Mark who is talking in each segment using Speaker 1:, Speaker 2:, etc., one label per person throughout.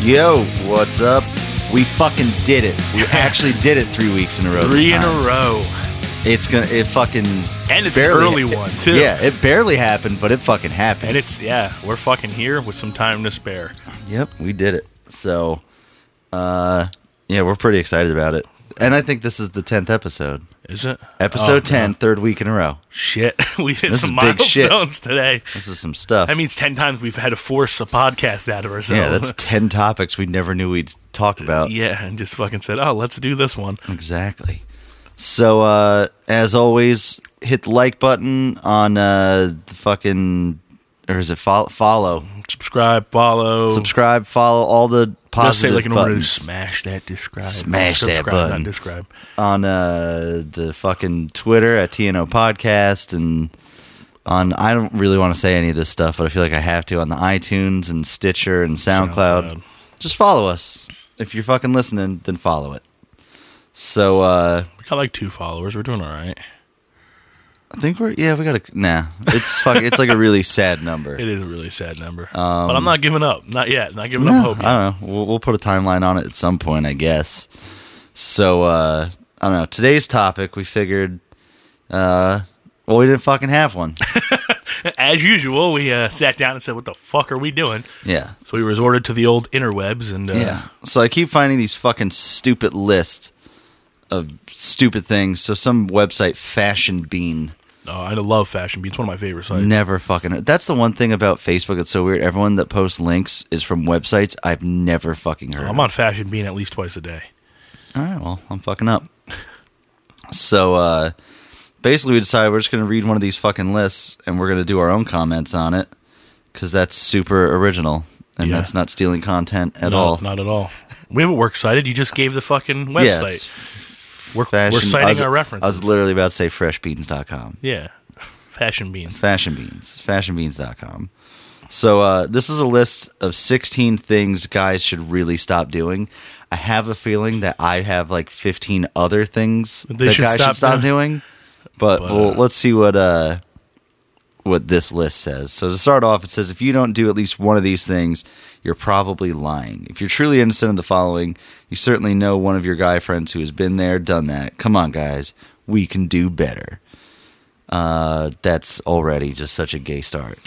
Speaker 1: Yo, what's up? We fucking did it. We actually did it three weeks in a row. this
Speaker 2: Three in a
Speaker 1: time.
Speaker 2: row.
Speaker 1: It's gonna. It fucking.
Speaker 2: And it's
Speaker 1: barely-
Speaker 2: an early one, too.
Speaker 1: Yeah, it barely happened, but it fucking happened.
Speaker 2: And it's, yeah, we're fucking here with some time to spare.
Speaker 1: Yep, we did it. So, uh, yeah, we're pretty excited about it. And I think this is the tenth episode.
Speaker 2: Is it?
Speaker 1: Episode
Speaker 2: Oh,
Speaker 1: 10, third week in a row.
Speaker 2: Shit. We hit
Speaker 1: This
Speaker 2: some
Speaker 1: is big shit.
Speaker 2: milestones today.
Speaker 1: This is some stuff.
Speaker 2: That means 10 times we've had to force a podcast out of ourselves.
Speaker 1: yeah, that's ten topics we never knew we'd talk about.
Speaker 2: Yeah, and just fucking said, oh, let's do this one.
Speaker 1: Exactly. So, uh, as always, hit the like button on uh, the fucking, or is it follow? follow.
Speaker 2: Subscribe, follow.
Speaker 1: Subscribe, follow all the
Speaker 2: Let's say,
Speaker 1: positive
Speaker 2: like, in order to
Speaker 1: buttons
Speaker 2: smash that describe.
Speaker 1: Smash that
Speaker 2: Subscribe, not
Speaker 1: button.
Speaker 2: describe.
Speaker 1: on uh, the fucking Twitter at TNO Podcast and on, I don't really want to say any of this stuff, but I feel like I have to on the iTunes and Stitcher and SoundCloud.
Speaker 2: SoundCloud.
Speaker 1: Just follow us. If you're fucking listening, then follow it. So, uh,
Speaker 2: We got like two followers. We're doing all right.
Speaker 1: I think we're yeah we got to nah it's fuck it's like a really sad number.
Speaker 2: It is a really sad number. but I'm not giving up. Not yet. Not giving
Speaker 1: Um, No,
Speaker 2: up hope yet.
Speaker 1: I don't know. We'll, we'll put a timeline on it at some point, I guess. So uh, I don't know. Today's topic, we figured. Uh, well, we didn't fucking have one.
Speaker 2: As usual, we uh, sat down and said, "What the fuck are we doing?"
Speaker 1: Yeah,
Speaker 2: So we resorted to the old interwebs, and uh,
Speaker 1: yeah. So I keep finding these fucking stupid lists of stupid things. So some website, Fashion Bean,
Speaker 2: oh, I love Fashion Beat. It's one of my favorite sites.
Speaker 1: never fucking. That's the one thing about Facebook that's so weird. Everyone that posts links is from websites I've never fucking heard.
Speaker 2: I'm on Fashion Bean at least twice a day.
Speaker 1: All right, well, I'm fucking up. So uh, basically, we decided we're just going to read one of these fucking lists and we're going to do our own comments on it because that's super original and
Speaker 2: Yeah.
Speaker 1: that's not stealing content at
Speaker 2: no,
Speaker 1: all.
Speaker 2: not at all. We haven't work cited. You just gave the fucking
Speaker 1: Yeah,
Speaker 2: website.
Speaker 1: it's
Speaker 2: we're,
Speaker 1: fashion.
Speaker 2: we're citing
Speaker 1: I was-
Speaker 2: our
Speaker 1: I
Speaker 2: references.
Speaker 1: was literally about to say freshbeans.com.
Speaker 2: yeah, Fashion Beans.
Speaker 1: Fashion Beans. Fashionbeans.com. So uh, this is a list of 16 things guys should really stop doing. I have a feeling that I have like 15 other things
Speaker 2: They
Speaker 1: that
Speaker 2: should
Speaker 1: guys
Speaker 2: stop
Speaker 1: should stop
Speaker 2: doing.
Speaker 1: doing. But,
Speaker 2: But,
Speaker 1: well,
Speaker 2: uh,
Speaker 1: let's see what uh, what this list says. So to start off, it says if you don't do at least one of these things, you're probably lying. If you're truly innocent of the following, you certainly know one of your guy friends who has been there, done that. Come on, guys, we can do better. Uh, that's already just such a gay start.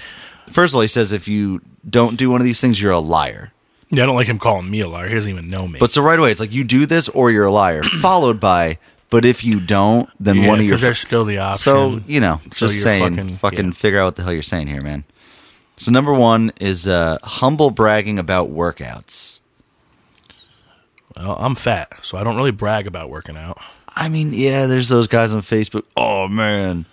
Speaker 1: First of all, he says if you don't do one of these things, you're a liar.
Speaker 2: Yeah, I don't like him calling me a liar. He doesn't even know me.
Speaker 1: But so right away, it's like you do this or you're a liar. followed by, but if you don't, then
Speaker 2: yeah,
Speaker 1: one of your
Speaker 2: 'cause there's still the option.
Speaker 1: so you know,
Speaker 2: So
Speaker 1: just
Speaker 2: you're
Speaker 1: saying, fucking,
Speaker 2: fucking- yeah.
Speaker 1: figure out what the hell you're saying here, man. So number one is uh, humble bragging about workouts.
Speaker 2: Well, I'm fat, so I don't really brag about working out.
Speaker 1: I mean, yeah, there's those guys on Facebook. Oh man,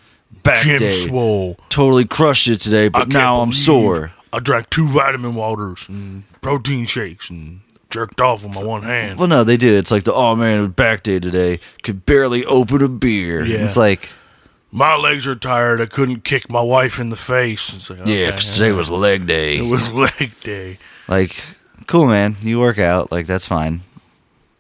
Speaker 1: back
Speaker 2: Gym
Speaker 1: day,
Speaker 2: swole.
Speaker 1: totally crushed it today,
Speaker 2: I
Speaker 1: but
Speaker 2: can't
Speaker 1: now I'm
Speaker 2: believe
Speaker 1: sore.
Speaker 2: I drank two vitamin waters and protein shakes and jerked off with my one hand.
Speaker 1: Well, no, they do. It's like the oh man, it was back day today. Could barely open a beer.
Speaker 2: Yeah.
Speaker 1: It's like
Speaker 2: My legs are tired. I couldn't kick my wife in the face. It's like,
Speaker 1: yeah,
Speaker 2: okay,
Speaker 1: 'cause today was leg day.
Speaker 2: it was leg day.
Speaker 1: like, cool, man. You work out. Like that's fine.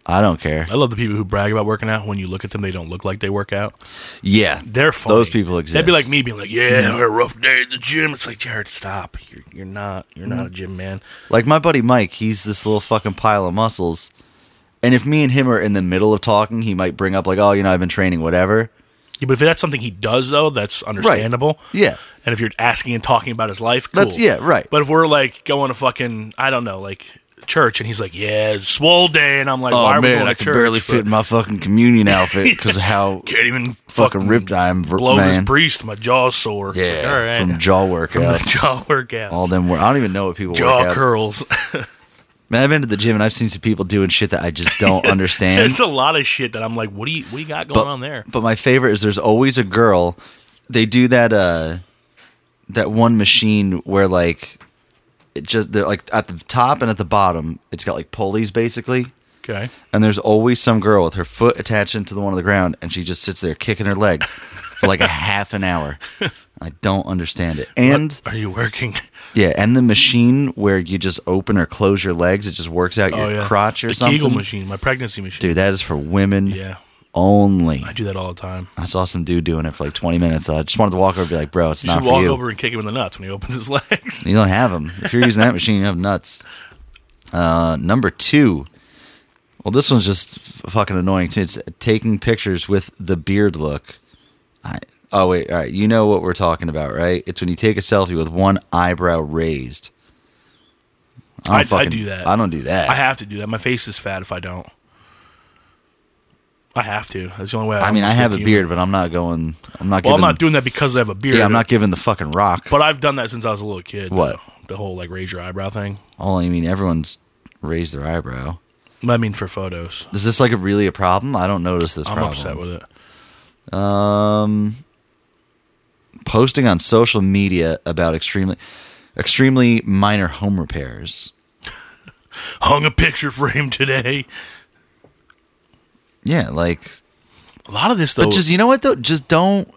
Speaker 1: I don't care.
Speaker 2: I love the people who brag about working out. When you look at them, they don't look like they work out.
Speaker 1: Yeah,
Speaker 2: They're funny.
Speaker 1: Those people exist. Mm-hmm.
Speaker 2: That'd be like me being like, "Yeah, I had a rough day at the gym." It's like, Jared, stop. You're you're not you're
Speaker 1: Mm-hmm.
Speaker 2: not a gym man.
Speaker 1: Like my buddy Mike, he's this little fucking pile of muscles. And if me and him are in the middle of talking, he might bring up like, "Oh, you know, I've been training, whatever."
Speaker 2: Yeah, but if that's something he does though, that's understandable.
Speaker 1: Yeah.
Speaker 2: And if you're asking and talking about his life, cool.
Speaker 1: That's- yeah, right.
Speaker 2: But if we're like going to fucking I don't know, like church, and he's like, "Yeah, it's swole day," and I'm like, "Why
Speaker 1: oh
Speaker 2: are we
Speaker 1: man,
Speaker 2: going
Speaker 1: I
Speaker 2: to
Speaker 1: can
Speaker 2: church?"
Speaker 1: barely
Speaker 2: But
Speaker 1: fit in my fucking communion outfit because of how
Speaker 2: Can't even
Speaker 1: fucking ripped I am, bro-
Speaker 2: Blow this
Speaker 1: man.
Speaker 2: priest, my jaw's sore.
Speaker 1: yeah,
Speaker 2: Like, all right.
Speaker 1: from jaw workouts,
Speaker 2: From the jaw workouts.
Speaker 1: all them. Wor- I don't even know what people work
Speaker 2: jaw
Speaker 1: out.
Speaker 2: curls.
Speaker 1: Man, I've been to the gym and I've seen some people doing shit that I just don't understand.
Speaker 2: There's a lot of shit that I'm like, what do you what do you got going on there?
Speaker 1: But my favorite is there's always a girl. They do that uh that one machine where like it just they're like at the top and at the bottom, it's got like pulleys basically.
Speaker 2: Okay.
Speaker 1: And there's always some girl with her foot attached into the one on the ground and she just sits there kicking her leg for like a half an hour. I don't understand it. And
Speaker 2: Are you working?
Speaker 1: yeah, and the machine where you just open or close your legs, it just works out
Speaker 2: Oh
Speaker 1: your
Speaker 2: yeah.
Speaker 1: crotch or
Speaker 2: the
Speaker 1: something.
Speaker 2: Kegel machine, my pregnancy machine.
Speaker 1: Dude, that is for women
Speaker 2: Yeah.
Speaker 1: only.
Speaker 2: I do that all the time.
Speaker 1: I saw some dude doing it for like 20 minutes. I just wanted to walk over and be like, bro, it's
Speaker 2: You
Speaker 1: not
Speaker 2: should
Speaker 1: for
Speaker 2: walk
Speaker 1: you.
Speaker 2: over and kick him in the nuts when he opens his legs.
Speaker 1: You don't have them. If you're using that machine, you have nuts. Uh, number two. Well, this one's just f- fucking annoying too. It's taking pictures with the beard look. I, oh wait, all right. You know what we're talking about, right? It's when you take a selfie with one eyebrow raised. don't
Speaker 2: I- I do that.
Speaker 1: I don't do that.
Speaker 2: I have to do that. My face is fat if I don't. I have to. That's the only way. I,
Speaker 1: I mean, I
Speaker 2: almost
Speaker 1: have a
Speaker 2: look
Speaker 1: beard, but I'm not going. I'm not.
Speaker 2: Well,
Speaker 1: giving,
Speaker 2: I'm not doing that because I have a beard.
Speaker 1: Yeah, I'm not giving the fucking rock.
Speaker 2: But I've done that since I was a little kid.
Speaker 1: What?
Speaker 2: though. The whole like raise your eyebrow thing.
Speaker 1: All I mean, everyone's raised their eyebrow.
Speaker 2: I mean, for photos,
Speaker 1: Is this like a, really a problem? I don't notice this
Speaker 2: I'm
Speaker 1: problem.
Speaker 2: upset with it.
Speaker 1: posting on social media about extremely extremely minor home repairs.
Speaker 2: Hung a picture frame today.
Speaker 1: Yeah, like
Speaker 2: A lot of this though.
Speaker 1: but just you know what though? Just don't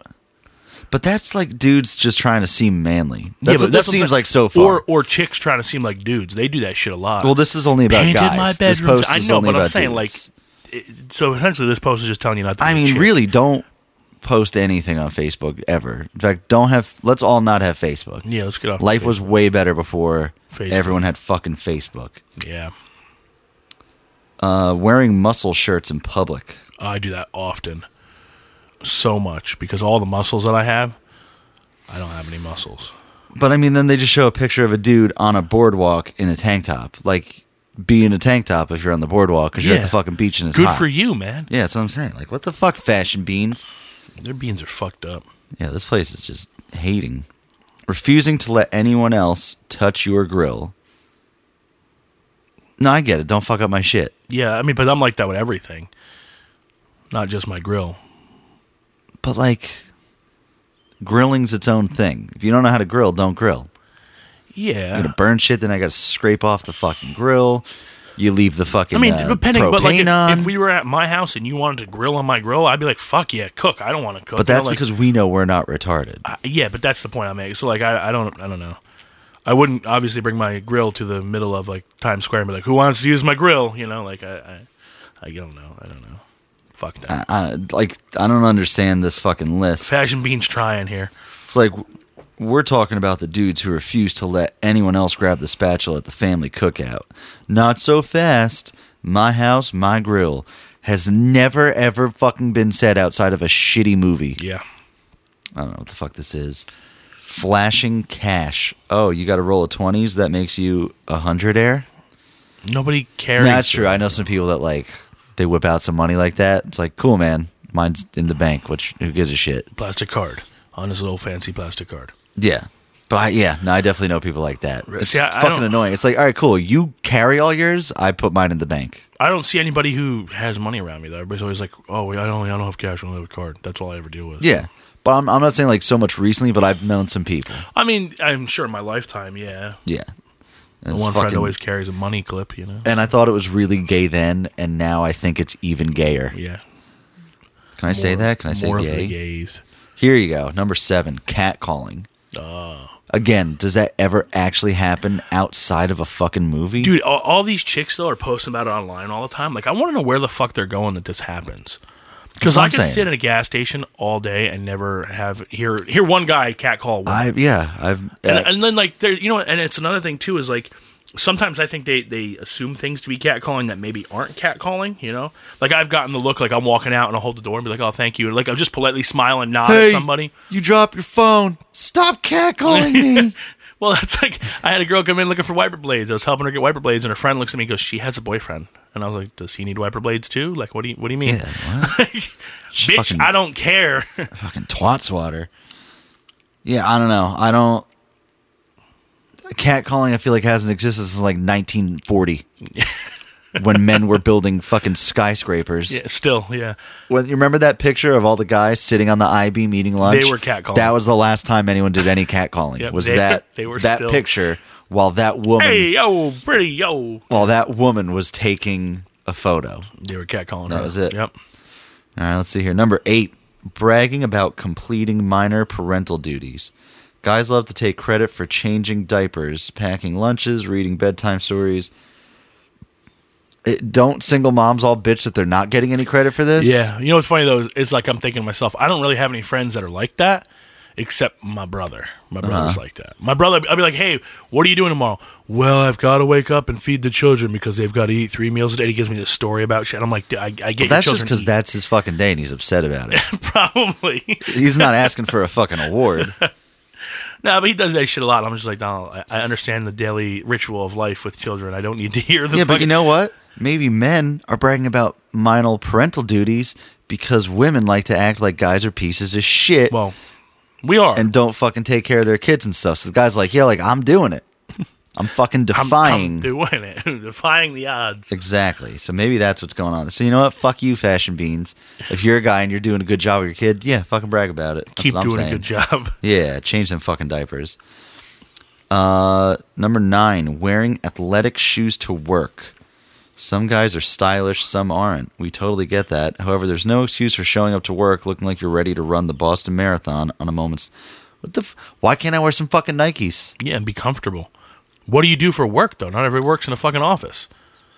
Speaker 1: but that's like dudes just trying to seem manly.
Speaker 2: Yeah,
Speaker 1: That's
Speaker 2: but
Speaker 1: what this
Speaker 2: I'm
Speaker 1: seems
Speaker 2: saying.
Speaker 1: like so far.
Speaker 2: Or or chicks trying to seem like dudes. They do that shit a lot.
Speaker 1: well, this is only about
Speaker 2: painted
Speaker 1: guys.
Speaker 2: my
Speaker 1: this
Speaker 2: bedroom.
Speaker 1: post
Speaker 2: I
Speaker 1: is
Speaker 2: know,
Speaker 1: only
Speaker 2: but I'm
Speaker 1: about
Speaker 2: saying
Speaker 1: dudes.
Speaker 2: like. It, so essentially, this post is just telling you not to.
Speaker 1: I
Speaker 2: be a
Speaker 1: mean,
Speaker 2: chick.
Speaker 1: really don't post anything on Facebook ever. In fact, don't have let's all not have Facebook.
Speaker 2: Yeah, let's get off.
Speaker 1: Life
Speaker 2: the
Speaker 1: was way better before
Speaker 2: Facebook.
Speaker 1: everyone had fucking Facebook.
Speaker 2: Facebook. Yeah,
Speaker 1: Uh, wearing muscle shirts in public.
Speaker 2: I do that often, so much because all the muscles that I have, I don't have any muscles.
Speaker 1: But I mean, then they just show a picture of a dude on a boardwalk in a tank top. Like, be in a tank top if you're on the boardwalk because you're at
Speaker 2: Yeah.
Speaker 1: the fucking beach and it's
Speaker 2: Good
Speaker 1: hot.
Speaker 2: for you, man.
Speaker 1: Yeah, that's what I'm saying. Like, what the fuck, fashion beans?
Speaker 2: Their beans are fucked up.
Speaker 1: Yeah, this place is just hating. Refusing to let anyone else touch your grill. No, I get it. Don't fuck up my shit.
Speaker 2: Yeah, I mean, but I'm like that with everything, not just my grill.
Speaker 1: But like, grilling's its own thing. If you don't know how to grill, don't grill.
Speaker 2: Yeah,
Speaker 1: I'm gonna burn shit. Then I gotta scrape off the fucking grill. You leave the fucking.
Speaker 2: I mean,
Speaker 1: uh,
Speaker 2: depending, but like
Speaker 1: propane
Speaker 2: if,
Speaker 1: on.
Speaker 2: if we were at my house and you wanted to grill on my grill, I'd be like, "Fuck yeah, cook! I don't want to cook."
Speaker 1: But that's
Speaker 2: Like,
Speaker 1: because we know we're not retarded.
Speaker 2: I- yeah, but that's the point I'm making. So like, I, I don't, I don't know. I wouldn't obviously bring my grill to the middle of like Times Square and be like, "Who wants to use my grill?" You know, like I, I, I don't know, I don't know. Fuck that.
Speaker 1: I, I, like I don't understand this fucking list.
Speaker 2: Fashion Beans trying here.
Speaker 1: It's like we're talking about the dudes who refuse to let anyone else grab the spatula at the family cookout. Not so fast. My house, my grill has never ever fucking been said outside of a shitty movie.
Speaker 2: Yeah,
Speaker 1: I don't know what the fuck this is. Flashing cash. Oh, you got a roll of twenties. That makes you a hundred air.
Speaker 2: nobody cares.
Speaker 1: No, that's true. I know some people that like they whip out some money like that. It's like cool, man. Mine's in the bank. Which who gives a shit?
Speaker 2: Plastic card on his little fancy plastic card.
Speaker 1: Yeah. But I, yeah, no, I definitely know people like that. It's
Speaker 2: See, I- I
Speaker 1: fucking
Speaker 2: don't-
Speaker 1: annoying. It's like, all right, cool. You carry all yours. I put mine in the bank.
Speaker 2: I don't see anybody who has money around me though. Everybody's always like, "Oh, I don't, I don't have cash. I only have a card." That's all I ever deal with.
Speaker 1: Yeah. But I'm, I'm not saying like so much recently, but I've known some people.
Speaker 2: I mean, I'm sure in my lifetime, yeah.
Speaker 1: Yeah. And it's
Speaker 2: One friend
Speaker 1: fucking-
Speaker 2: always carries a money clip, you know.
Speaker 1: And I thought it was really gay then, and now I think it's even gayer.
Speaker 2: Yeah.
Speaker 1: Can I say that? Can I say
Speaker 2: more Of
Speaker 1: gay?
Speaker 2: the gays.
Speaker 1: Here you go. Number seven, cat calling.
Speaker 2: Ah.
Speaker 1: Again, does that ever actually happen outside of a fucking movie?
Speaker 2: Dude, all, all these chicks though are posting about it online all the time. Like, I want to know where the fuck they're going that this happens. Because
Speaker 1: what
Speaker 2: I
Speaker 1: I'm
Speaker 2: can
Speaker 1: saying.
Speaker 2: sit at a gas station all day and never have hear hear one guy catcall one.
Speaker 1: I yeah, I've
Speaker 2: and,
Speaker 1: uh,
Speaker 2: and then like there, you know, and it's another thing too is like sometimes I think they they assume things to be catcalling that maybe aren't catcalling. You know, like I've gotten the look like I'm walking out and I'll hold the door and be like, "Oh, thank you," and like I'll just politely smile and nod at somebody.
Speaker 1: You drop your phone. Stop catcalling me.
Speaker 2: Well, that's like I had a girl come in looking for wiper blades. I was helping her get wiper blades, and her friend looks at me and goes, "She has a boyfriend." And I was like, "Does he need wiper blades too? Like, what do you what do you mean,
Speaker 1: yeah, what?
Speaker 2: bitch?
Speaker 1: fucking-
Speaker 2: I don't care."
Speaker 1: fucking twat swatter. Yeah, I don't know. I don't. Catcalling, I feel like hasn't existed since like 1940, when men were building fucking skyscrapers.
Speaker 2: yeah, still, yeah.
Speaker 1: When you remember that picture of all the guys sitting on the IB meeting lunch,
Speaker 2: They were catcalling.
Speaker 1: That was the last time anyone did any catcalling.
Speaker 2: Yep,
Speaker 1: was
Speaker 2: they-
Speaker 1: that
Speaker 2: they were
Speaker 1: that
Speaker 2: still-
Speaker 1: picture while that woman
Speaker 2: Hey, yo, pretty, yo.
Speaker 1: while that woman was taking a photo.
Speaker 2: They were catcalling.
Speaker 1: That
Speaker 2: her.
Speaker 1: was it.
Speaker 2: Yep.
Speaker 1: All right, let's see here. Number eight, bragging about completing minor parental duties. Guys love to take credit for changing diapers, packing lunches, reading bedtime stories. It, don't single moms all bitch that they're not getting any credit for this?
Speaker 2: Yeah, you know what's funny though is, is like I'm thinking to myself, I don't really have any friends that are like that. except my brother. My brother's
Speaker 1: Uh-huh.
Speaker 2: like that. My brother, I'd be like, hey, what are you doing tomorrow? Well, I've got to wake up and feed the children because they've got to eat three meals a day. He gives me this story about shit. I'm like, "Dude, I, I get your
Speaker 1: That's just
Speaker 2: children
Speaker 1: because
Speaker 2: eat."
Speaker 1: that's his fucking day and he's upset about it.
Speaker 2: probably.
Speaker 1: he's not asking for a fucking award.
Speaker 2: No, but he does that shit a lot. I'm just like, no, I, I understand the daily ritual of life with children. I don't need to hear the
Speaker 1: Yeah, but
Speaker 2: fucking-
Speaker 1: you know what? Maybe men are bragging about minor parental duties because women like to act like guys are pieces of shit
Speaker 2: Well, we are.
Speaker 1: and don't fucking take care of their kids and stuff. So the guy's like, yeah, like I'm doing it. I'm fucking
Speaker 2: I'm-
Speaker 1: defying.
Speaker 2: I'm doing it. defying the odds.
Speaker 1: Exactly. So maybe that's what's going on. So you know what? Fuck you, fashion beans. If you're a guy and you're doing a good job with your kid, yeah, fucking brag about it. That's
Speaker 2: Keep
Speaker 1: what I'm
Speaker 2: doing a
Speaker 1: saying.
Speaker 2: good job.
Speaker 1: Yeah, change them fucking diapers. Uh, number nine, wearing athletic shoes to work. Some guys are stylish, some aren't. We totally get that. However, there's no excuse for showing up to work looking like you're ready to run the Boston Marathon on a moment's. What the? F- Why can't I wear some fucking Nikes?
Speaker 2: Yeah, and be comfortable. What do you do for work though? Not everybody works in a fucking office.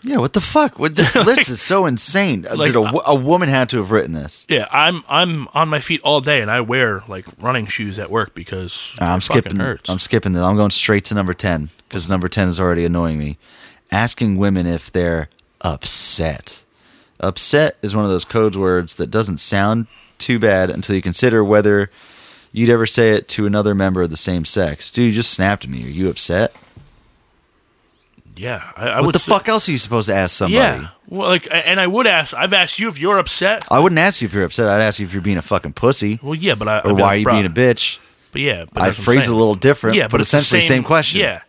Speaker 1: Yeah, what the fuck? What this list is so insane.
Speaker 2: like,
Speaker 1: Dude, a, wo- a woman had to have written this.
Speaker 2: Yeah, I'm I'm on my feet all day, and I wear like running shoes at work because
Speaker 1: Uh, I'm
Speaker 2: it fucking
Speaker 1: skipping.
Speaker 2: Hurts.
Speaker 1: I'm skipping this. I'm going straight to number ten because number ten is already annoying me. Asking women if they're upset. Upset is one of those code words that doesn't sound too bad until you consider whether you'd ever say it to another member of the same sex. Dude, you just snapped at me. Are you upset?
Speaker 2: yeah, I, I
Speaker 1: What
Speaker 2: would.
Speaker 1: the
Speaker 2: s-
Speaker 1: fuck else are you supposed to ask somebody?
Speaker 2: Yeah, well, like, a- and I would ask. I've asked you if you're upset.
Speaker 1: I wouldn't ask you if you're upset. I'd ask you if you're being a fucking pussy
Speaker 2: Well, yeah, but I
Speaker 1: or
Speaker 2: I'd be
Speaker 1: why
Speaker 2: like,
Speaker 1: are you
Speaker 2: "Bruh."
Speaker 1: being a bitch.
Speaker 2: But yeah, but
Speaker 1: I'd
Speaker 2: that's what I'm
Speaker 1: phrase it a
Speaker 2: saying.
Speaker 1: little different,
Speaker 2: Yeah,
Speaker 1: but,
Speaker 2: but, it's
Speaker 1: essentially
Speaker 2: the same,
Speaker 1: question.
Speaker 2: Yeah,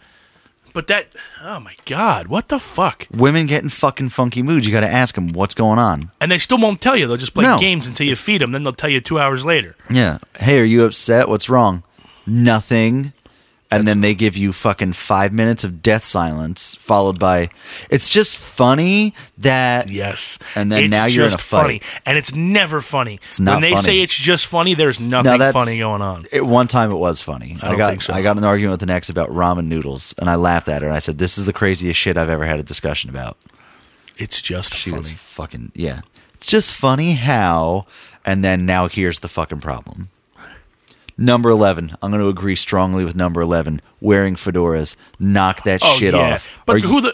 Speaker 2: but that. Oh my god, what the fuck?
Speaker 1: Women get in fucking funky moods. You got to ask them what's going on.
Speaker 2: And they still won't tell you. They'll just play
Speaker 1: No.
Speaker 2: games until you feed them. Then they'll tell you two hours later.
Speaker 1: Yeah. Hey, are you upset? What's wrong? Nothing. And then they give you fucking five minutes of death silence, followed by, it's just funny that.
Speaker 2: Yes.
Speaker 1: And then
Speaker 2: it's
Speaker 1: now
Speaker 2: just
Speaker 1: you're in a
Speaker 2: funny, and it's never funny. It's
Speaker 1: not
Speaker 2: when they
Speaker 1: funny.
Speaker 2: say it's just funny. There's nothing
Speaker 1: that's-
Speaker 2: funny going on.
Speaker 1: At one time, it was funny. I,
Speaker 2: don't
Speaker 1: got
Speaker 2: think so.
Speaker 1: I got in an argument with an ex about ramen noodles, and I laughed at her, and I said, "This is the craziest shit I've ever had a discussion about."
Speaker 2: It's just
Speaker 1: She
Speaker 2: funny.
Speaker 1: was fucking yeah. It's just funny how, and then now here's the fucking problem. Number eleven. I'm going to agree strongly with number eleven. Wearing fedoras, knock that shit off.
Speaker 2: Oh, But
Speaker 1: Are you-
Speaker 2: who the?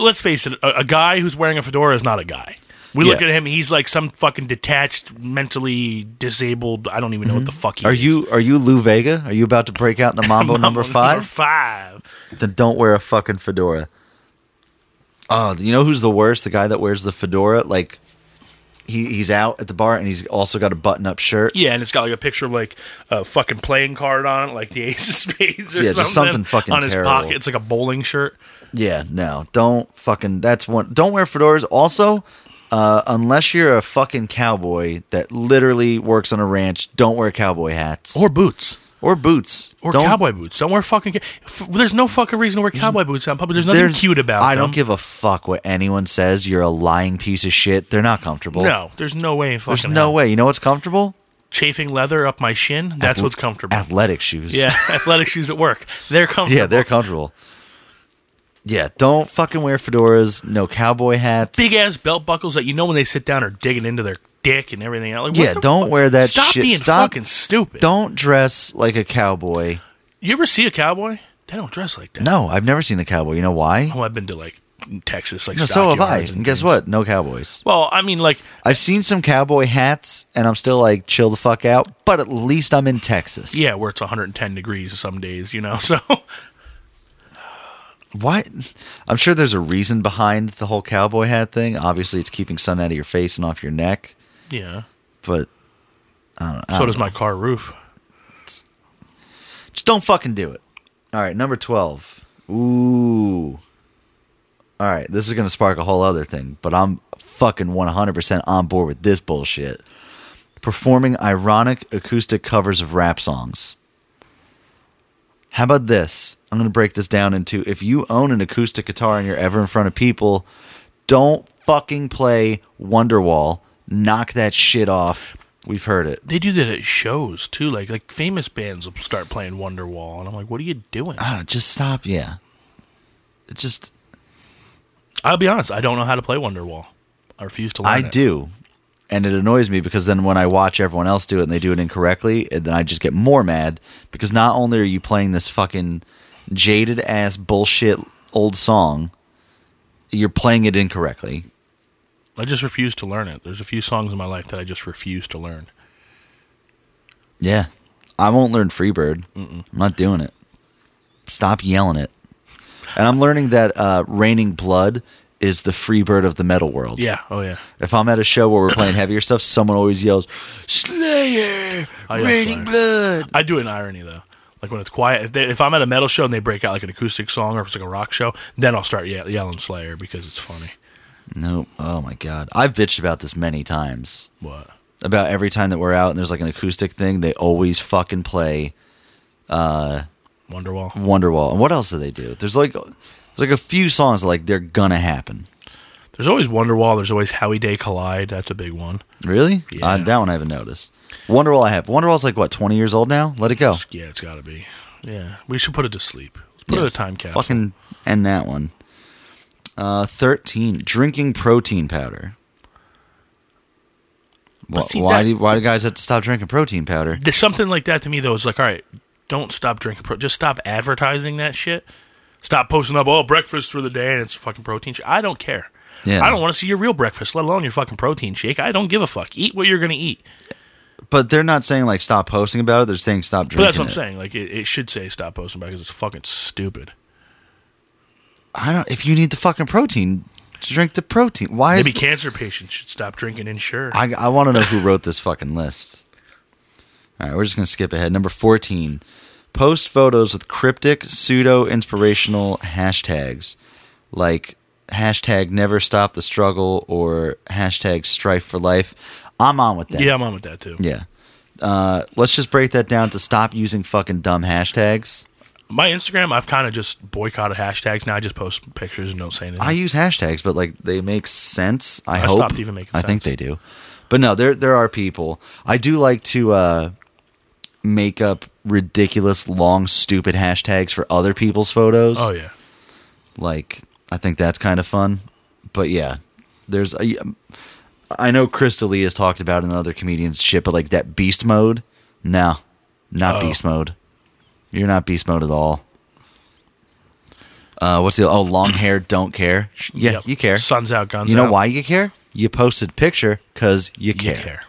Speaker 2: Let's face it, a, a guy who's wearing a fedora is not a guy. We look
Speaker 1: Yeah.
Speaker 2: at him; he's like some fucking detached, mentally disabled. I don't even know what the fuck he
Speaker 1: Mm-hmm. Are
Speaker 2: is.
Speaker 1: you are you Lou Vega? Are you about to break out the mambo, number
Speaker 2: Number
Speaker 1: five?
Speaker 2: five.
Speaker 1: Then don't wear a fucking fedora. Oh, you know who's the worst? The guy that wears the fedora, like he, he's out at the bar and he's also got a button up shirt.
Speaker 2: Yeah, and it's got like a picture of like a fucking playing card on it, like the ace of spades or
Speaker 1: Yeah,
Speaker 2: something.
Speaker 1: just something fucking
Speaker 2: on his
Speaker 1: terrible.
Speaker 2: pocket. It's like a bowling shirt.
Speaker 1: Yeah, no, don't fucking. That's one. Don't wear fedoras. Also, uh, unless you're a fucking cowboy that literally works on a ranch, don't wear cowboy hats
Speaker 2: Or boots.
Speaker 1: or boots
Speaker 2: Or
Speaker 1: Don't-
Speaker 2: cowboy boots. Don't wear fucking. ca- F- there's no fucking reason to wear cowboy boots on public. There's nothing
Speaker 1: there's-
Speaker 2: cute about
Speaker 1: I
Speaker 2: them.
Speaker 1: don't give a fuck what anyone says. You're a lying piece of shit. They're not comfortable.
Speaker 2: No, there's no way. in Fucking
Speaker 1: There's no
Speaker 2: hell.
Speaker 1: way. You know what's comfortable?
Speaker 2: Chafing leather up my shin. That's what's comfortable.
Speaker 1: Athletic shoes.
Speaker 2: Yeah, athletic shoes at work. They're comfortable.
Speaker 1: yeah, they're comfortable. Yeah, don't fucking wear fedoras. No cowboy hats.
Speaker 2: big ass belt buckles that you know when they sit down are digging into their dick and everything. else. Like, what
Speaker 1: Yeah,
Speaker 2: the
Speaker 1: don't
Speaker 2: fuck?
Speaker 1: wear that
Speaker 2: Stop
Speaker 1: shit.
Speaker 2: being
Speaker 1: Stop.
Speaker 2: fucking stupid.
Speaker 1: Don't dress like a cowboy.
Speaker 2: You ever see a cowboy? They don't dress like that.
Speaker 1: No, I've never seen a cowboy. You know why?
Speaker 2: Oh, I've been to like Texas, like
Speaker 1: No, so have I.
Speaker 2: stockyards
Speaker 1: And
Speaker 2: and
Speaker 1: guess
Speaker 2: things.
Speaker 1: what? No cowboys.
Speaker 2: Well, I mean, like
Speaker 1: I've seen some cowboy hats, and I'm still like, chill the fuck out. But at least I'm in Texas.
Speaker 2: yeah, where it's 110 degrees some days, you know. So
Speaker 1: Why? I'm sure there's a reason behind the whole cowboy hat thing. Obviously, it's keeping sun out of your face and off your neck.
Speaker 2: yeah,
Speaker 1: But
Speaker 2: so does my car roof.
Speaker 1: just don't fucking do it. All right, number twelve. Ooh. All right, this is gonna spark a whole other thing, but I'm fucking 100 percent on board with this bullshit. Performing ironic acoustic covers of rap songs. How about this? I'm gonna break this down into if you own an acoustic guitar and you're ever in front of people, don't fucking play Wonderwall. Knock that shit off. We've heard it.
Speaker 2: They do that at shows too. Like like famous bands will start playing Wonderwall, and I'm like, what are you doing?
Speaker 1: Ah, just stop. Yeah. It just
Speaker 2: I'll be honest, I don't know how to play Wonderwall. I refuse to learn.
Speaker 1: I
Speaker 2: it.
Speaker 1: do. and it annoys me because then when I watch everyone else do it and they do it incorrectly, and then I just get more mad because not only are you playing this fucking jaded ass bullshit old song, you're playing it incorrectly.
Speaker 2: I just refuse to learn it. There's a few songs in my life that I just refuse to learn.
Speaker 1: Yeah, I won't learn Freebird. I'm not doing it. Stop yelling it. And I'm learning that uh, "Raining Blood" is the Freebird of the metal world.
Speaker 2: Yeah. Oh yeah.
Speaker 1: If I'm at a show where we're playing heavier stuff, someone always yells, "Slayer,
Speaker 2: Oh, yeah,
Speaker 1: Raining
Speaker 2: Slayer.
Speaker 1: Blood."
Speaker 2: I do it in irony though. Like when it's quiet, if, they, if I'm at a metal show and they break out like an acoustic song or if it's like a rock show, then I'll start ye- yelling Slayer because it's funny.
Speaker 1: Nope. Oh my god, I've bitched about this many times.
Speaker 2: What?
Speaker 1: About every time that we're out and there's like an acoustic thing, they always fucking play
Speaker 2: Wonderwall.
Speaker 1: Wonderwall. And what else do they do? There's like, there's like a few songs that like they're gonna happen.
Speaker 2: There's always Wonderwall. There's always Howie Day Collide. That's a big one.
Speaker 1: Really?
Speaker 2: Yeah.
Speaker 1: Uh, that one I haven't noticed. Wonderwall, I have. Wonderwall's like what, twenty years old now? Let it go.
Speaker 2: Yeah, it's got to be. Yeah, we should put it to sleep. Let's put
Speaker 1: Yeah.
Speaker 2: it a time capsule.
Speaker 1: Fucking end that one. Uh, thirteen. Drinking protein powder. Wh-
Speaker 2: see,
Speaker 1: why
Speaker 2: that-
Speaker 1: do why do guys have to stop drinking protein powder?
Speaker 2: There's something like that to me though. It's like, all right, don't stop drinking. Pro- just stop advertising that shit. Stop posting up all breakfast for the day and it's a fucking protein shake. I don't care.
Speaker 1: Yeah.
Speaker 2: I don't want to see your real breakfast, let alone your fucking protein shake. I don't give a fuck. Eat what you're gonna eat.
Speaker 1: But they're not saying like stop posting about it. They're saying stop
Speaker 2: But
Speaker 1: drinking.
Speaker 2: that's what I'm
Speaker 1: it.
Speaker 2: saying. Like it, it should say stop posting because it's fucking stupid.
Speaker 1: I don't. If you need the fucking protein, drink the protein. Why
Speaker 2: Maybe
Speaker 1: is?
Speaker 2: cancer patients should stop drinking Ensure.
Speaker 1: I I want to know who wrote this fucking list. All right, we're just gonna skip ahead. Number fourteen, post photos with cryptic, pseudo inspirational hashtags, like hashtag Never Stop the Struggle or hashtag Strife for Life. I'm on with that.
Speaker 2: yeah, I'm on with that too.
Speaker 1: Yeah. Uh, let's just break that down to stop using fucking dumb hashtags.
Speaker 2: My Instagram, I've kind of just boycotted hashtags now. I just post pictures and don't say anything.
Speaker 1: I use hashtags, but like they make sense. I,
Speaker 2: I
Speaker 1: hope.
Speaker 2: stopped even making
Speaker 1: I think
Speaker 2: sense.
Speaker 1: they do, but no, there there are people. I do like to uh, make up ridiculous, long, stupid hashtags for other people's photos.
Speaker 2: oh yeah.
Speaker 1: Like I think that's kind of fun. But yeah, there's a, I know Crystal Lee has talked about it in other comedians shit, but like that beast mode. No, not
Speaker 2: Oh.
Speaker 1: beast mode. You're not beast mode at all. Uh, what's the oh long hair? Don't care. Sh- Yeah,
Speaker 2: Yep.
Speaker 1: you care.
Speaker 2: Sun's out, guns
Speaker 1: You know
Speaker 2: out.
Speaker 1: why you care? You posted picture because you
Speaker 2: You
Speaker 1: care.
Speaker 2: care.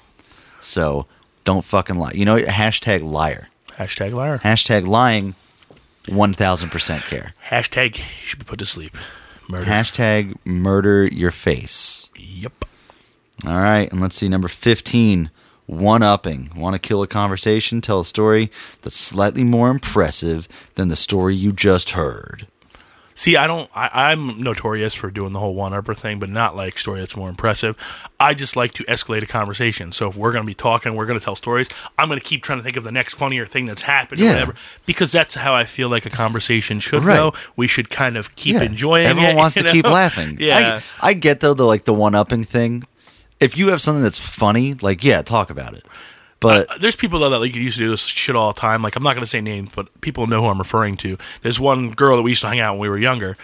Speaker 1: So don't fucking lie. You know, hashtag liar.
Speaker 2: Hashtag liar.
Speaker 1: Hashtag lying, 1000% care.
Speaker 2: Hashtag should be put to sleep. Murder.
Speaker 1: Hashtag murder your face.
Speaker 2: yep.
Speaker 1: All right. And let's see, number 15, one upping. Want to kill a conversation? Tell a story that's slightly more impressive than the story you just heard.
Speaker 2: See, I don't. I, I'm notorious for doing the whole one upper thing, but not like story that's more impressive. I just like to escalate a conversation. So if we're going to be talking, we're going to tell stories. I'm going to keep trying to think of the next funnier thing that's happened
Speaker 1: Yeah.
Speaker 2: or whatever, because that's how I feel like a conversation should
Speaker 1: Right.
Speaker 2: go. We should kind of keep enjoying.
Speaker 1: Everyone
Speaker 2: it,
Speaker 1: wants
Speaker 2: you
Speaker 1: to keep
Speaker 2: know?
Speaker 1: laughing.
Speaker 2: Yeah.
Speaker 1: I, I get though the like the one upping thing. If you have something that's funny, like yeah, talk about it. But
Speaker 2: Uh, there's people though that like used to do this shit all the time. Like I'm not going to say names, but people know who I'm referring to. There's one girl that we used to hang out when we were younger.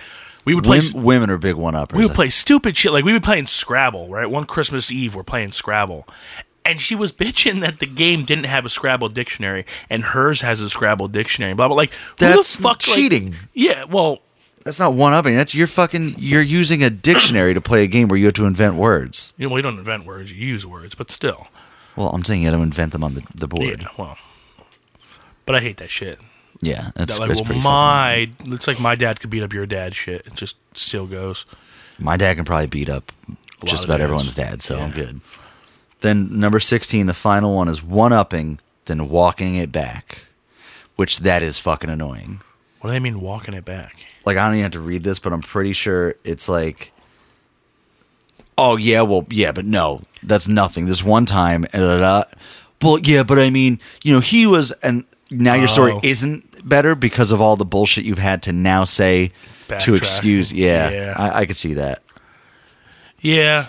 Speaker 2: We would play
Speaker 1: wom- women are big one uppers.
Speaker 2: we would play stupid shit. Like we were playing Scrabble, right? One Christmas Eve, we're playing Scrabble. And she was bitching that the game didn't have a Scrabble dictionary and hers has a Scrabble dictionary. Blah blah. Like who
Speaker 1: That's
Speaker 2: the fuck like-
Speaker 1: cheating.
Speaker 2: yeah. Well,
Speaker 1: That's not one upping. That's you're fucking. You're using a dictionary to play a game where you have to invent words.
Speaker 2: you know, we don't invent words. You use words, but still.
Speaker 1: Well, I'm saying you got to invent them on the, the board.
Speaker 2: Yeah. Well. But I hate that shit.
Speaker 1: Yeah, that's,
Speaker 2: That like,
Speaker 1: that's
Speaker 2: well,
Speaker 1: pretty.
Speaker 2: my it's like my dad could beat up your dad. Shit, it just still goes.
Speaker 1: fucking- my dad can probably beat up
Speaker 2: lot
Speaker 1: just
Speaker 2: of
Speaker 1: about
Speaker 2: dads.
Speaker 1: everyone's dad, so I'm
Speaker 2: Yeah.
Speaker 1: good. Then number sixteen, the final one is one upping, then walking it back, which that is fucking annoying.
Speaker 2: What do they mean walking it back?
Speaker 1: like I don't even have to read this, but I'm pretty sure it's like, oh yeah, well yeah, but no, that's nothing. This one time, and da, da, da. well yeah, but I mean, you know, he was, and now your story
Speaker 2: Oh.
Speaker 1: isn't better because of all the bullshit you've had to now say to
Speaker 2: Backtrack.
Speaker 1: excuse. Yeah,
Speaker 2: Yeah.
Speaker 1: I, I could see that,
Speaker 2: Yeah,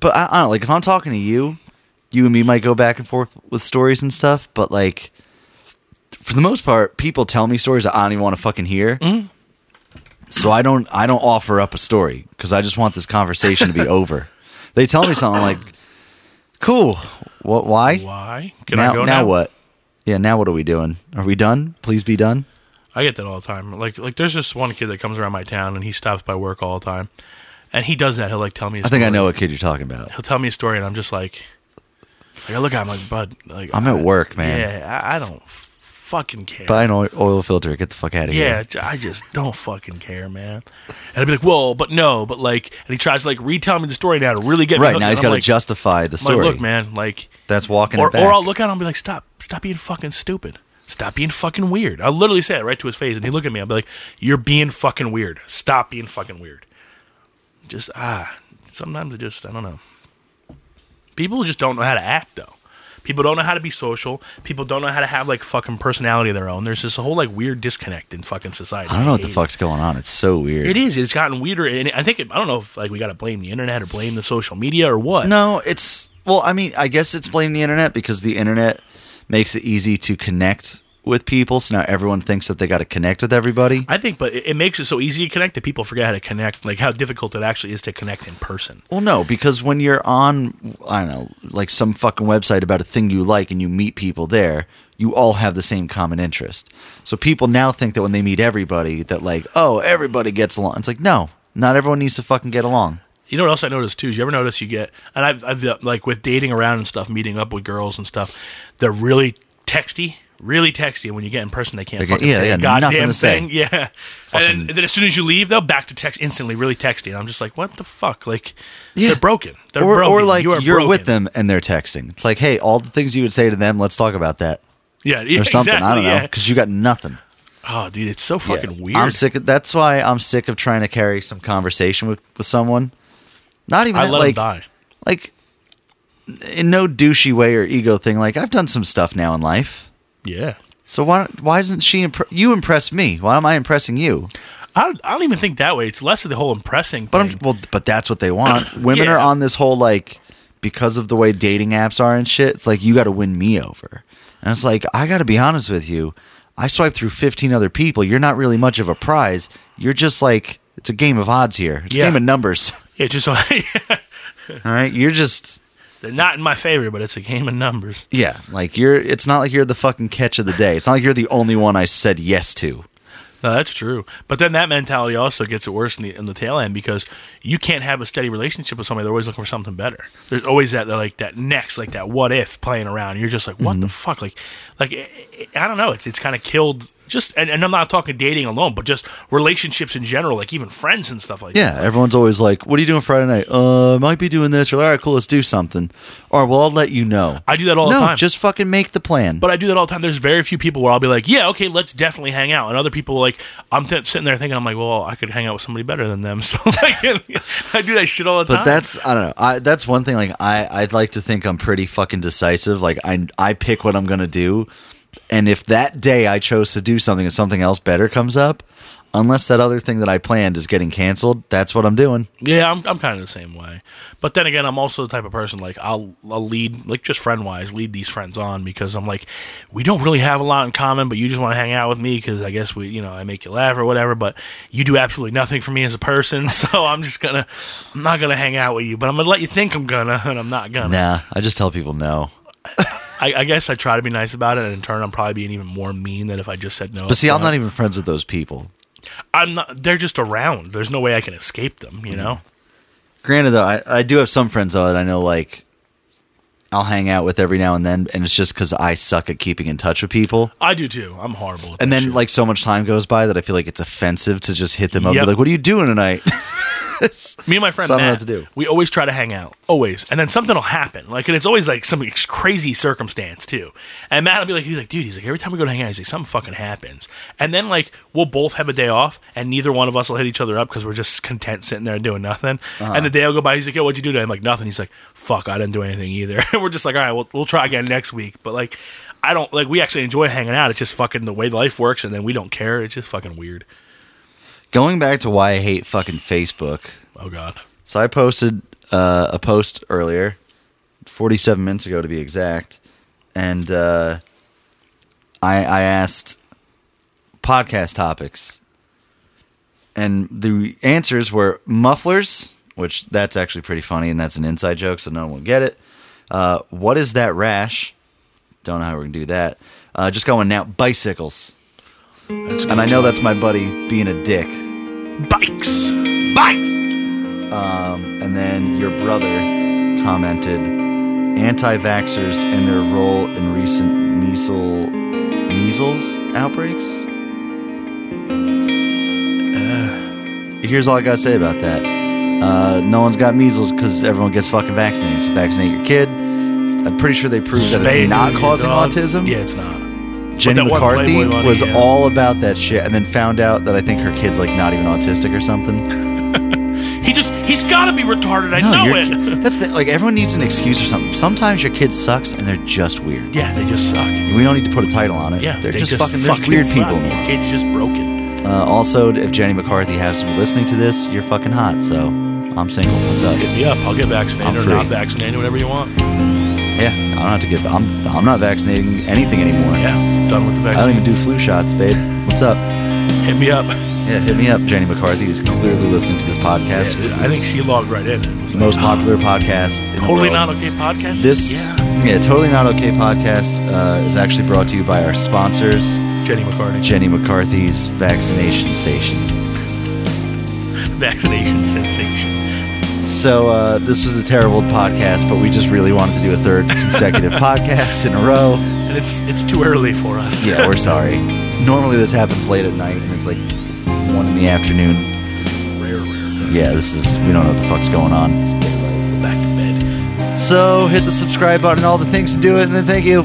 Speaker 1: but I, I don't know, like if I'm talking to you, you and me might go back and forth with stories and stuff, but like. For the most part, people tell me stories that I don't even want to fucking hear.
Speaker 2: Mm-hmm.
Speaker 1: So I don't I don't offer up a story because I just want this conversation to be over. They tell me something like, Cool. What? Why?
Speaker 2: Why? Can
Speaker 1: now,
Speaker 2: I go
Speaker 1: now
Speaker 2: now?
Speaker 1: what? Yeah, now what are we doing? Are we done? Please be done.
Speaker 2: I get that all the time. Like like there's this one kid that comes around my town and he stops by work all the time, and he does that. He'll like tell me. His
Speaker 1: I think I know what kid you're talking about.
Speaker 2: He'll tell me a story and I'm just like, like I look at him like, bud, like
Speaker 1: I'm at
Speaker 2: I-
Speaker 1: work, man.
Speaker 2: Yeah, I, I don't f- fucking care.
Speaker 1: Buy an oil, oil filter. Get the fuck out of
Speaker 2: Yeah,
Speaker 1: here.
Speaker 2: j- I just don't fucking care, man. And I'd be like, well, but no, but like, and he tries to like retell me the story now to really get me.
Speaker 1: Right
Speaker 2: hooked,
Speaker 1: now
Speaker 2: and
Speaker 1: he's
Speaker 2: I'm
Speaker 1: got to
Speaker 2: like,
Speaker 1: justify the
Speaker 2: I'm like,
Speaker 1: story.
Speaker 2: look, man, like,
Speaker 1: That's walking
Speaker 2: or,
Speaker 1: it back.
Speaker 2: or I'll look at him and be like, stop, stop being fucking stupid. Stop being fucking weird. I literally say it right to his face, and he look at me. I'll be like, "You're being fucking weird. Stop being fucking weird." Just ah, sometimes it just I don't know. People just don't know how to act though. People don't know how to be social. People don't know how to have like fucking personality of their own. There's this whole like weird disconnect in fucking society.
Speaker 1: I don't know what the
Speaker 2: hate it.
Speaker 1: fuck's going on. It's so weird.
Speaker 2: It is. It's gotten weirder, and I think it, I don't know if like we got to blame the internet or blame the social media or what.
Speaker 1: No, it's well. I mean, I guess it's blame the internet because the internet makes it easy to connect with people. So now everyone thinks that they got to connect with everybody.
Speaker 2: I think, but it, it makes it so easy to connect that people forget how to connect, like how difficult it actually is to connect in person.
Speaker 1: Well, no, because when you're on, I don't know, like some fucking website about a thing you like and you meet people there, you all have the same common interest. So people now think that when they meet everybody, that like, oh, everybody gets along. It's like, no, not everyone needs to fucking get along.
Speaker 2: You know what else I noticed too is you ever notice you get, and I've, I've uh, like with dating around and stuff, meeting up with girls and stuff, they're really texty, really texty. And when you get in person, they can't
Speaker 1: They got-
Speaker 2: fucking
Speaker 1: yeah,
Speaker 2: say
Speaker 1: they
Speaker 2: a
Speaker 1: got nothing
Speaker 2: goddamn
Speaker 1: to say.
Speaker 2: thing. Yeah. And then, then as soon as you leave, they'll back to text instantly, really texty. And I'm just like, what the fuck? Like,
Speaker 1: Yeah.
Speaker 2: they're broken. They're
Speaker 1: Or,
Speaker 2: broken.
Speaker 1: or like
Speaker 2: you are
Speaker 1: you're
Speaker 2: broken.
Speaker 1: with them and they're texting. It's like, hey, all the things you would say to them, let's talk about that
Speaker 2: Yeah, yeah
Speaker 1: or something.
Speaker 2: Exactly,
Speaker 1: I don't know
Speaker 2: yeah.
Speaker 1: because you got nothing.
Speaker 2: Oh, dude, it's so fucking
Speaker 1: Yeah.
Speaker 2: weird.
Speaker 1: I'm sick. Of, that's why I'm sick of trying to carry some conversation with, with someone. Not even
Speaker 2: I
Speaker 1: at,
Speaker 2: let 'em
Speaker 1: like
Speaker 2: die.
Speaker 1: like in no douchey way or ego thing. Like I've done some stuff now in life.
Speaker 2: Yeah.
Speaker 1: So why why doesn't she impre- you impress me? Why am I impressing you?
Speaker 2: I don't, I don't even think that way. It's less of the whole impressing
Speaker 1: But
Speaker 2: thing.
Speaker 1: I'm, well, but that's what they want. Women
Speaker 2: Yeah.
Speaker 1: are on this whole like because of the way dating apps are and shit. It's like you got to win me over, and it's like I got to be honest with you. I swiped through 15 other people. You're not really much of a prize. You're just like it's a game of odds here. It's
Speaker 2: Yeah.
Speaker 1: a game of numbers.
Speaker 2: Yeah, just
Speaker 1: All right, you're just
Speaker 2: they're not in my favor, but it's a game of numbers.
Speaker 1: yeah. Like you're. It's not like you're the fucking catch of the day. It's not like you're the only one I said yes to.
Speaker 2: No, that's true. But then that mentality also gets it worse in the in the tail end because you can't have a steady relationship with somebody. They're always looking for something better. There's always that like that next, like that what if playing around. You're just like,
Speaker 1: Mm-hmm.
Speaker 2: what the fuck? Like, like I- I I don't know. It's it's kind of killed. Just and, and I'm not talking dating alone, but just relationships in general, like even friends and stuff like that.
Speaker 1: Yeah, everyone's always like, "What are you doing Friday night?" Uh, I might be doing this. Or all right, cool, let's do something. Or well, I'll let you know.
Speaker 2: I do that all
Speaker 1: no,
Speaker 2: the time.
Speaker 1: just fucking make the plan.
Speaker 2: But I do that all the time. There's very few people where I'll be like, yeah, okay, let's definitely hang out. And other people like, I'm t- sitting there thinking, I'm like, well, I could hang out with somebody better than them. So like, I do that shit all the
Speaker 1: But
Speaker 2: time.
Speaker 1: that's I don't know. I, that's one thing. Like I, I'd like to think I'm pretty fucking decisive. Like I, I pick what I'm gonna do, and if that day I chose to do something and something else better comes up, unless that other thing that I planned is getting canceled, that's what I'm doing.
Speaker 2: yeah, I'm, I'm kind of the same way. But then again, I'm also the type of person like I'll, I'll lead like just friend wise lead these friends on because I'm like, we don't really have a lot in common, but you just want to hang out with me because I guess we you know I make you laugh or whatever. But you do absolutely nothing for me as a person, so I'm just gonna I'm not gonna hang out with you. But I'm gonna let you think I'm gonna, and I'm not gonna.
Speaker 1: Nah, I just tell people no.
Speaker 2: I, I guess I try to be nice about it, and in turn, I'm probably being even more mean than if I just said no.
Speaker 1: But see, I'm
Speaker 2: upfront.
Speaker 1: not even friends with those people.
Speaker 2: I'm not. They're just around. There's no way I can escape them.
Speaker 1: Mm-hmm.
Speaker 2: You know.
Speaker 1: Granted, though, I, I do have some friends though that I know like I'll hang out with every now and then, and it's just because I suck at keeping in touch with people.
Speaker 2: I do too. I'm horrible. At
Speaker 1: And
Speaker 2: that
Speaker 1: then
Speaker 2: shit.
Speaker 1: like so much time goes by that I feel like it's offensive to just hit them up. and be
Speaker 2: Yep.
Speaker 1: Like, what are you doing tonight?
Speaker 2: me and my friend
Speaker 1: so I don't know
Speaker 2: Matt,
Speaker 1: what to do.
Speaker 2: we always try to hang out, always. And then something will happen, like, and it's always like some ex- crazy circumstance too. And Matt will be like, he's like, dude, he's like, every time we go to hang out, he's like, something fucking happens. And then like we'll both have a day off, and neither one of us will hit each other up because we're just content sitting there and doing nothing.
Speaker 1: Uh-huh.
Speaker 2: And the day will go by, he's like, yo, what'd you do today? I'm like, nothing. He's like, fuck, I didn't do anything either. and we're just like, all right, we'll we'll try again next week. But like. I don't like. We actually enjoy hanging out. It's just fucking the way life works, and then we don't care. It's just fucking weird.
Speaker 1: going back to why I hate fucking Facebook.
Speaker 2: Oh god.
Speaker 1: So I posted uh, a post earlier, 47 minutes ago to be exact, and uh, I, I asked podcast topics, and the answers were mufflers, which that's actually pretty funny, and that's an inside joke, so no one will get it. Uh, what is that rash? Don't know how we're gonna do that. Uh, just going now. Bicycles,
Speaker 2: That's
Speaker 1: and I know that's my buddy being a dick.
Speaker 2: bikes.
Speaker 1: Bikes. Um, and then your brother commented, anti-vaxxers and their role in recent measle, measles outbreaks.
Speaker 2: Uh.
Speaker 1: Here's all I gotta say about that. Uh, no one's got measles because everyone gets fucking vaccinated. So vaccinate your kid. I'm pretty sure they proved that
Speaker 2: Spay
Speaker 1: it's not
Speaker 2: your
Speaker 1: causing
Speaker 2: dog.
Speaker 1: autism.
Speaker 2: Yeah, it's not.
Speaker 1: Jenny
Speaker 2: that one
Speaker 1: McCarthy
Speaker 2: Playboy money,
Speaker 1: was
Speaker 2: yeah.
Speaker 1: all about that shit, and then found out that I think her kid's like not even autistic or something.
Speaker 2: He just he's got to be retarded. I know
Speaker 1: your
Speaker 2: it.
Speaker 1: ki- that's the, like everyone needs an excuse or something. Sometimes your kid sucks and they're just weird.
Speaker 2: yeah, they just suck.
Speaker 1: We don't need to put a title on it.
Speaker 2: Yeah,
Speaker 1: they're
Speaker 2: they
Speaker 1: just, fucking, there's
Speaker 2: fucking
Speaker 1: weird
Speaker 2: suck.
Speaker 1: people. in the
Speaker 2: Your
Speaker 1: world.
Speaker 2: kid's just broken.
Speaker 1: Uh, also, if Jenny McCarthy happens to be listening to this, you're fucking hot. So I'm single. What's up?
Speaker 2: Hit me up. I'll get vaccinated
Speaker 1: I'm
Speaker 2: or
Speaker 1: free.
Speaker 2: not vaccinated, whatever you want.
Speaker 1: Yeah, I don't have to get. I'm I'm not vaccinating anything anymore.
Speaker 2: Yeah, done with the
Speaker 1: I don't
Speaker 2: vaccine.
Speaker 1: even do flu shots, babe. What's up?
Speaker 2: Hit me up.
Speaker 1: Yeah, hit me up, Jenny McCarthy, who's clearly listening to this podcast. 'cause
Speaker 2: I think
Speaker 1: it's
Speaker 2: she logged right in. It was
Speaker 1: the
Speaker 2: like,
Speaker 1: most
Speaker 2: ah,
Speaker 1: popular podcast. In
Speaker 2: Totally
Speaker 1: the world.
Speaker 2: not okay podcast.
Speaker 1: This
Speaker 2: yeah.
Speaker 1: yeah. totally not okay podcast uh, is actually brought to you by our sponsors,
Speaker 2: Jenny McCarthy
Speaker 1: Jenny McCarthy's vaccination station.
Speaker 2: vaccination sensation.
Speaker 1: So uh, this was a terrible podcast, but we just really wanted to do a third consecutive podcast in a row.
Speaker 2: And it's it's too early for us.
Speaker 1: Yeah, we're sorry. Normally this happens late at night, and it's like one in the afternoon.
Speaker 2: rare, rare.
Speaker 1: Yeah, this is we don't know what the fuck's going on. It's daylight.
Speaker 2: Back to bed.
Speaker 1: So hit the subscribe button, all the things to do it, and then thank you.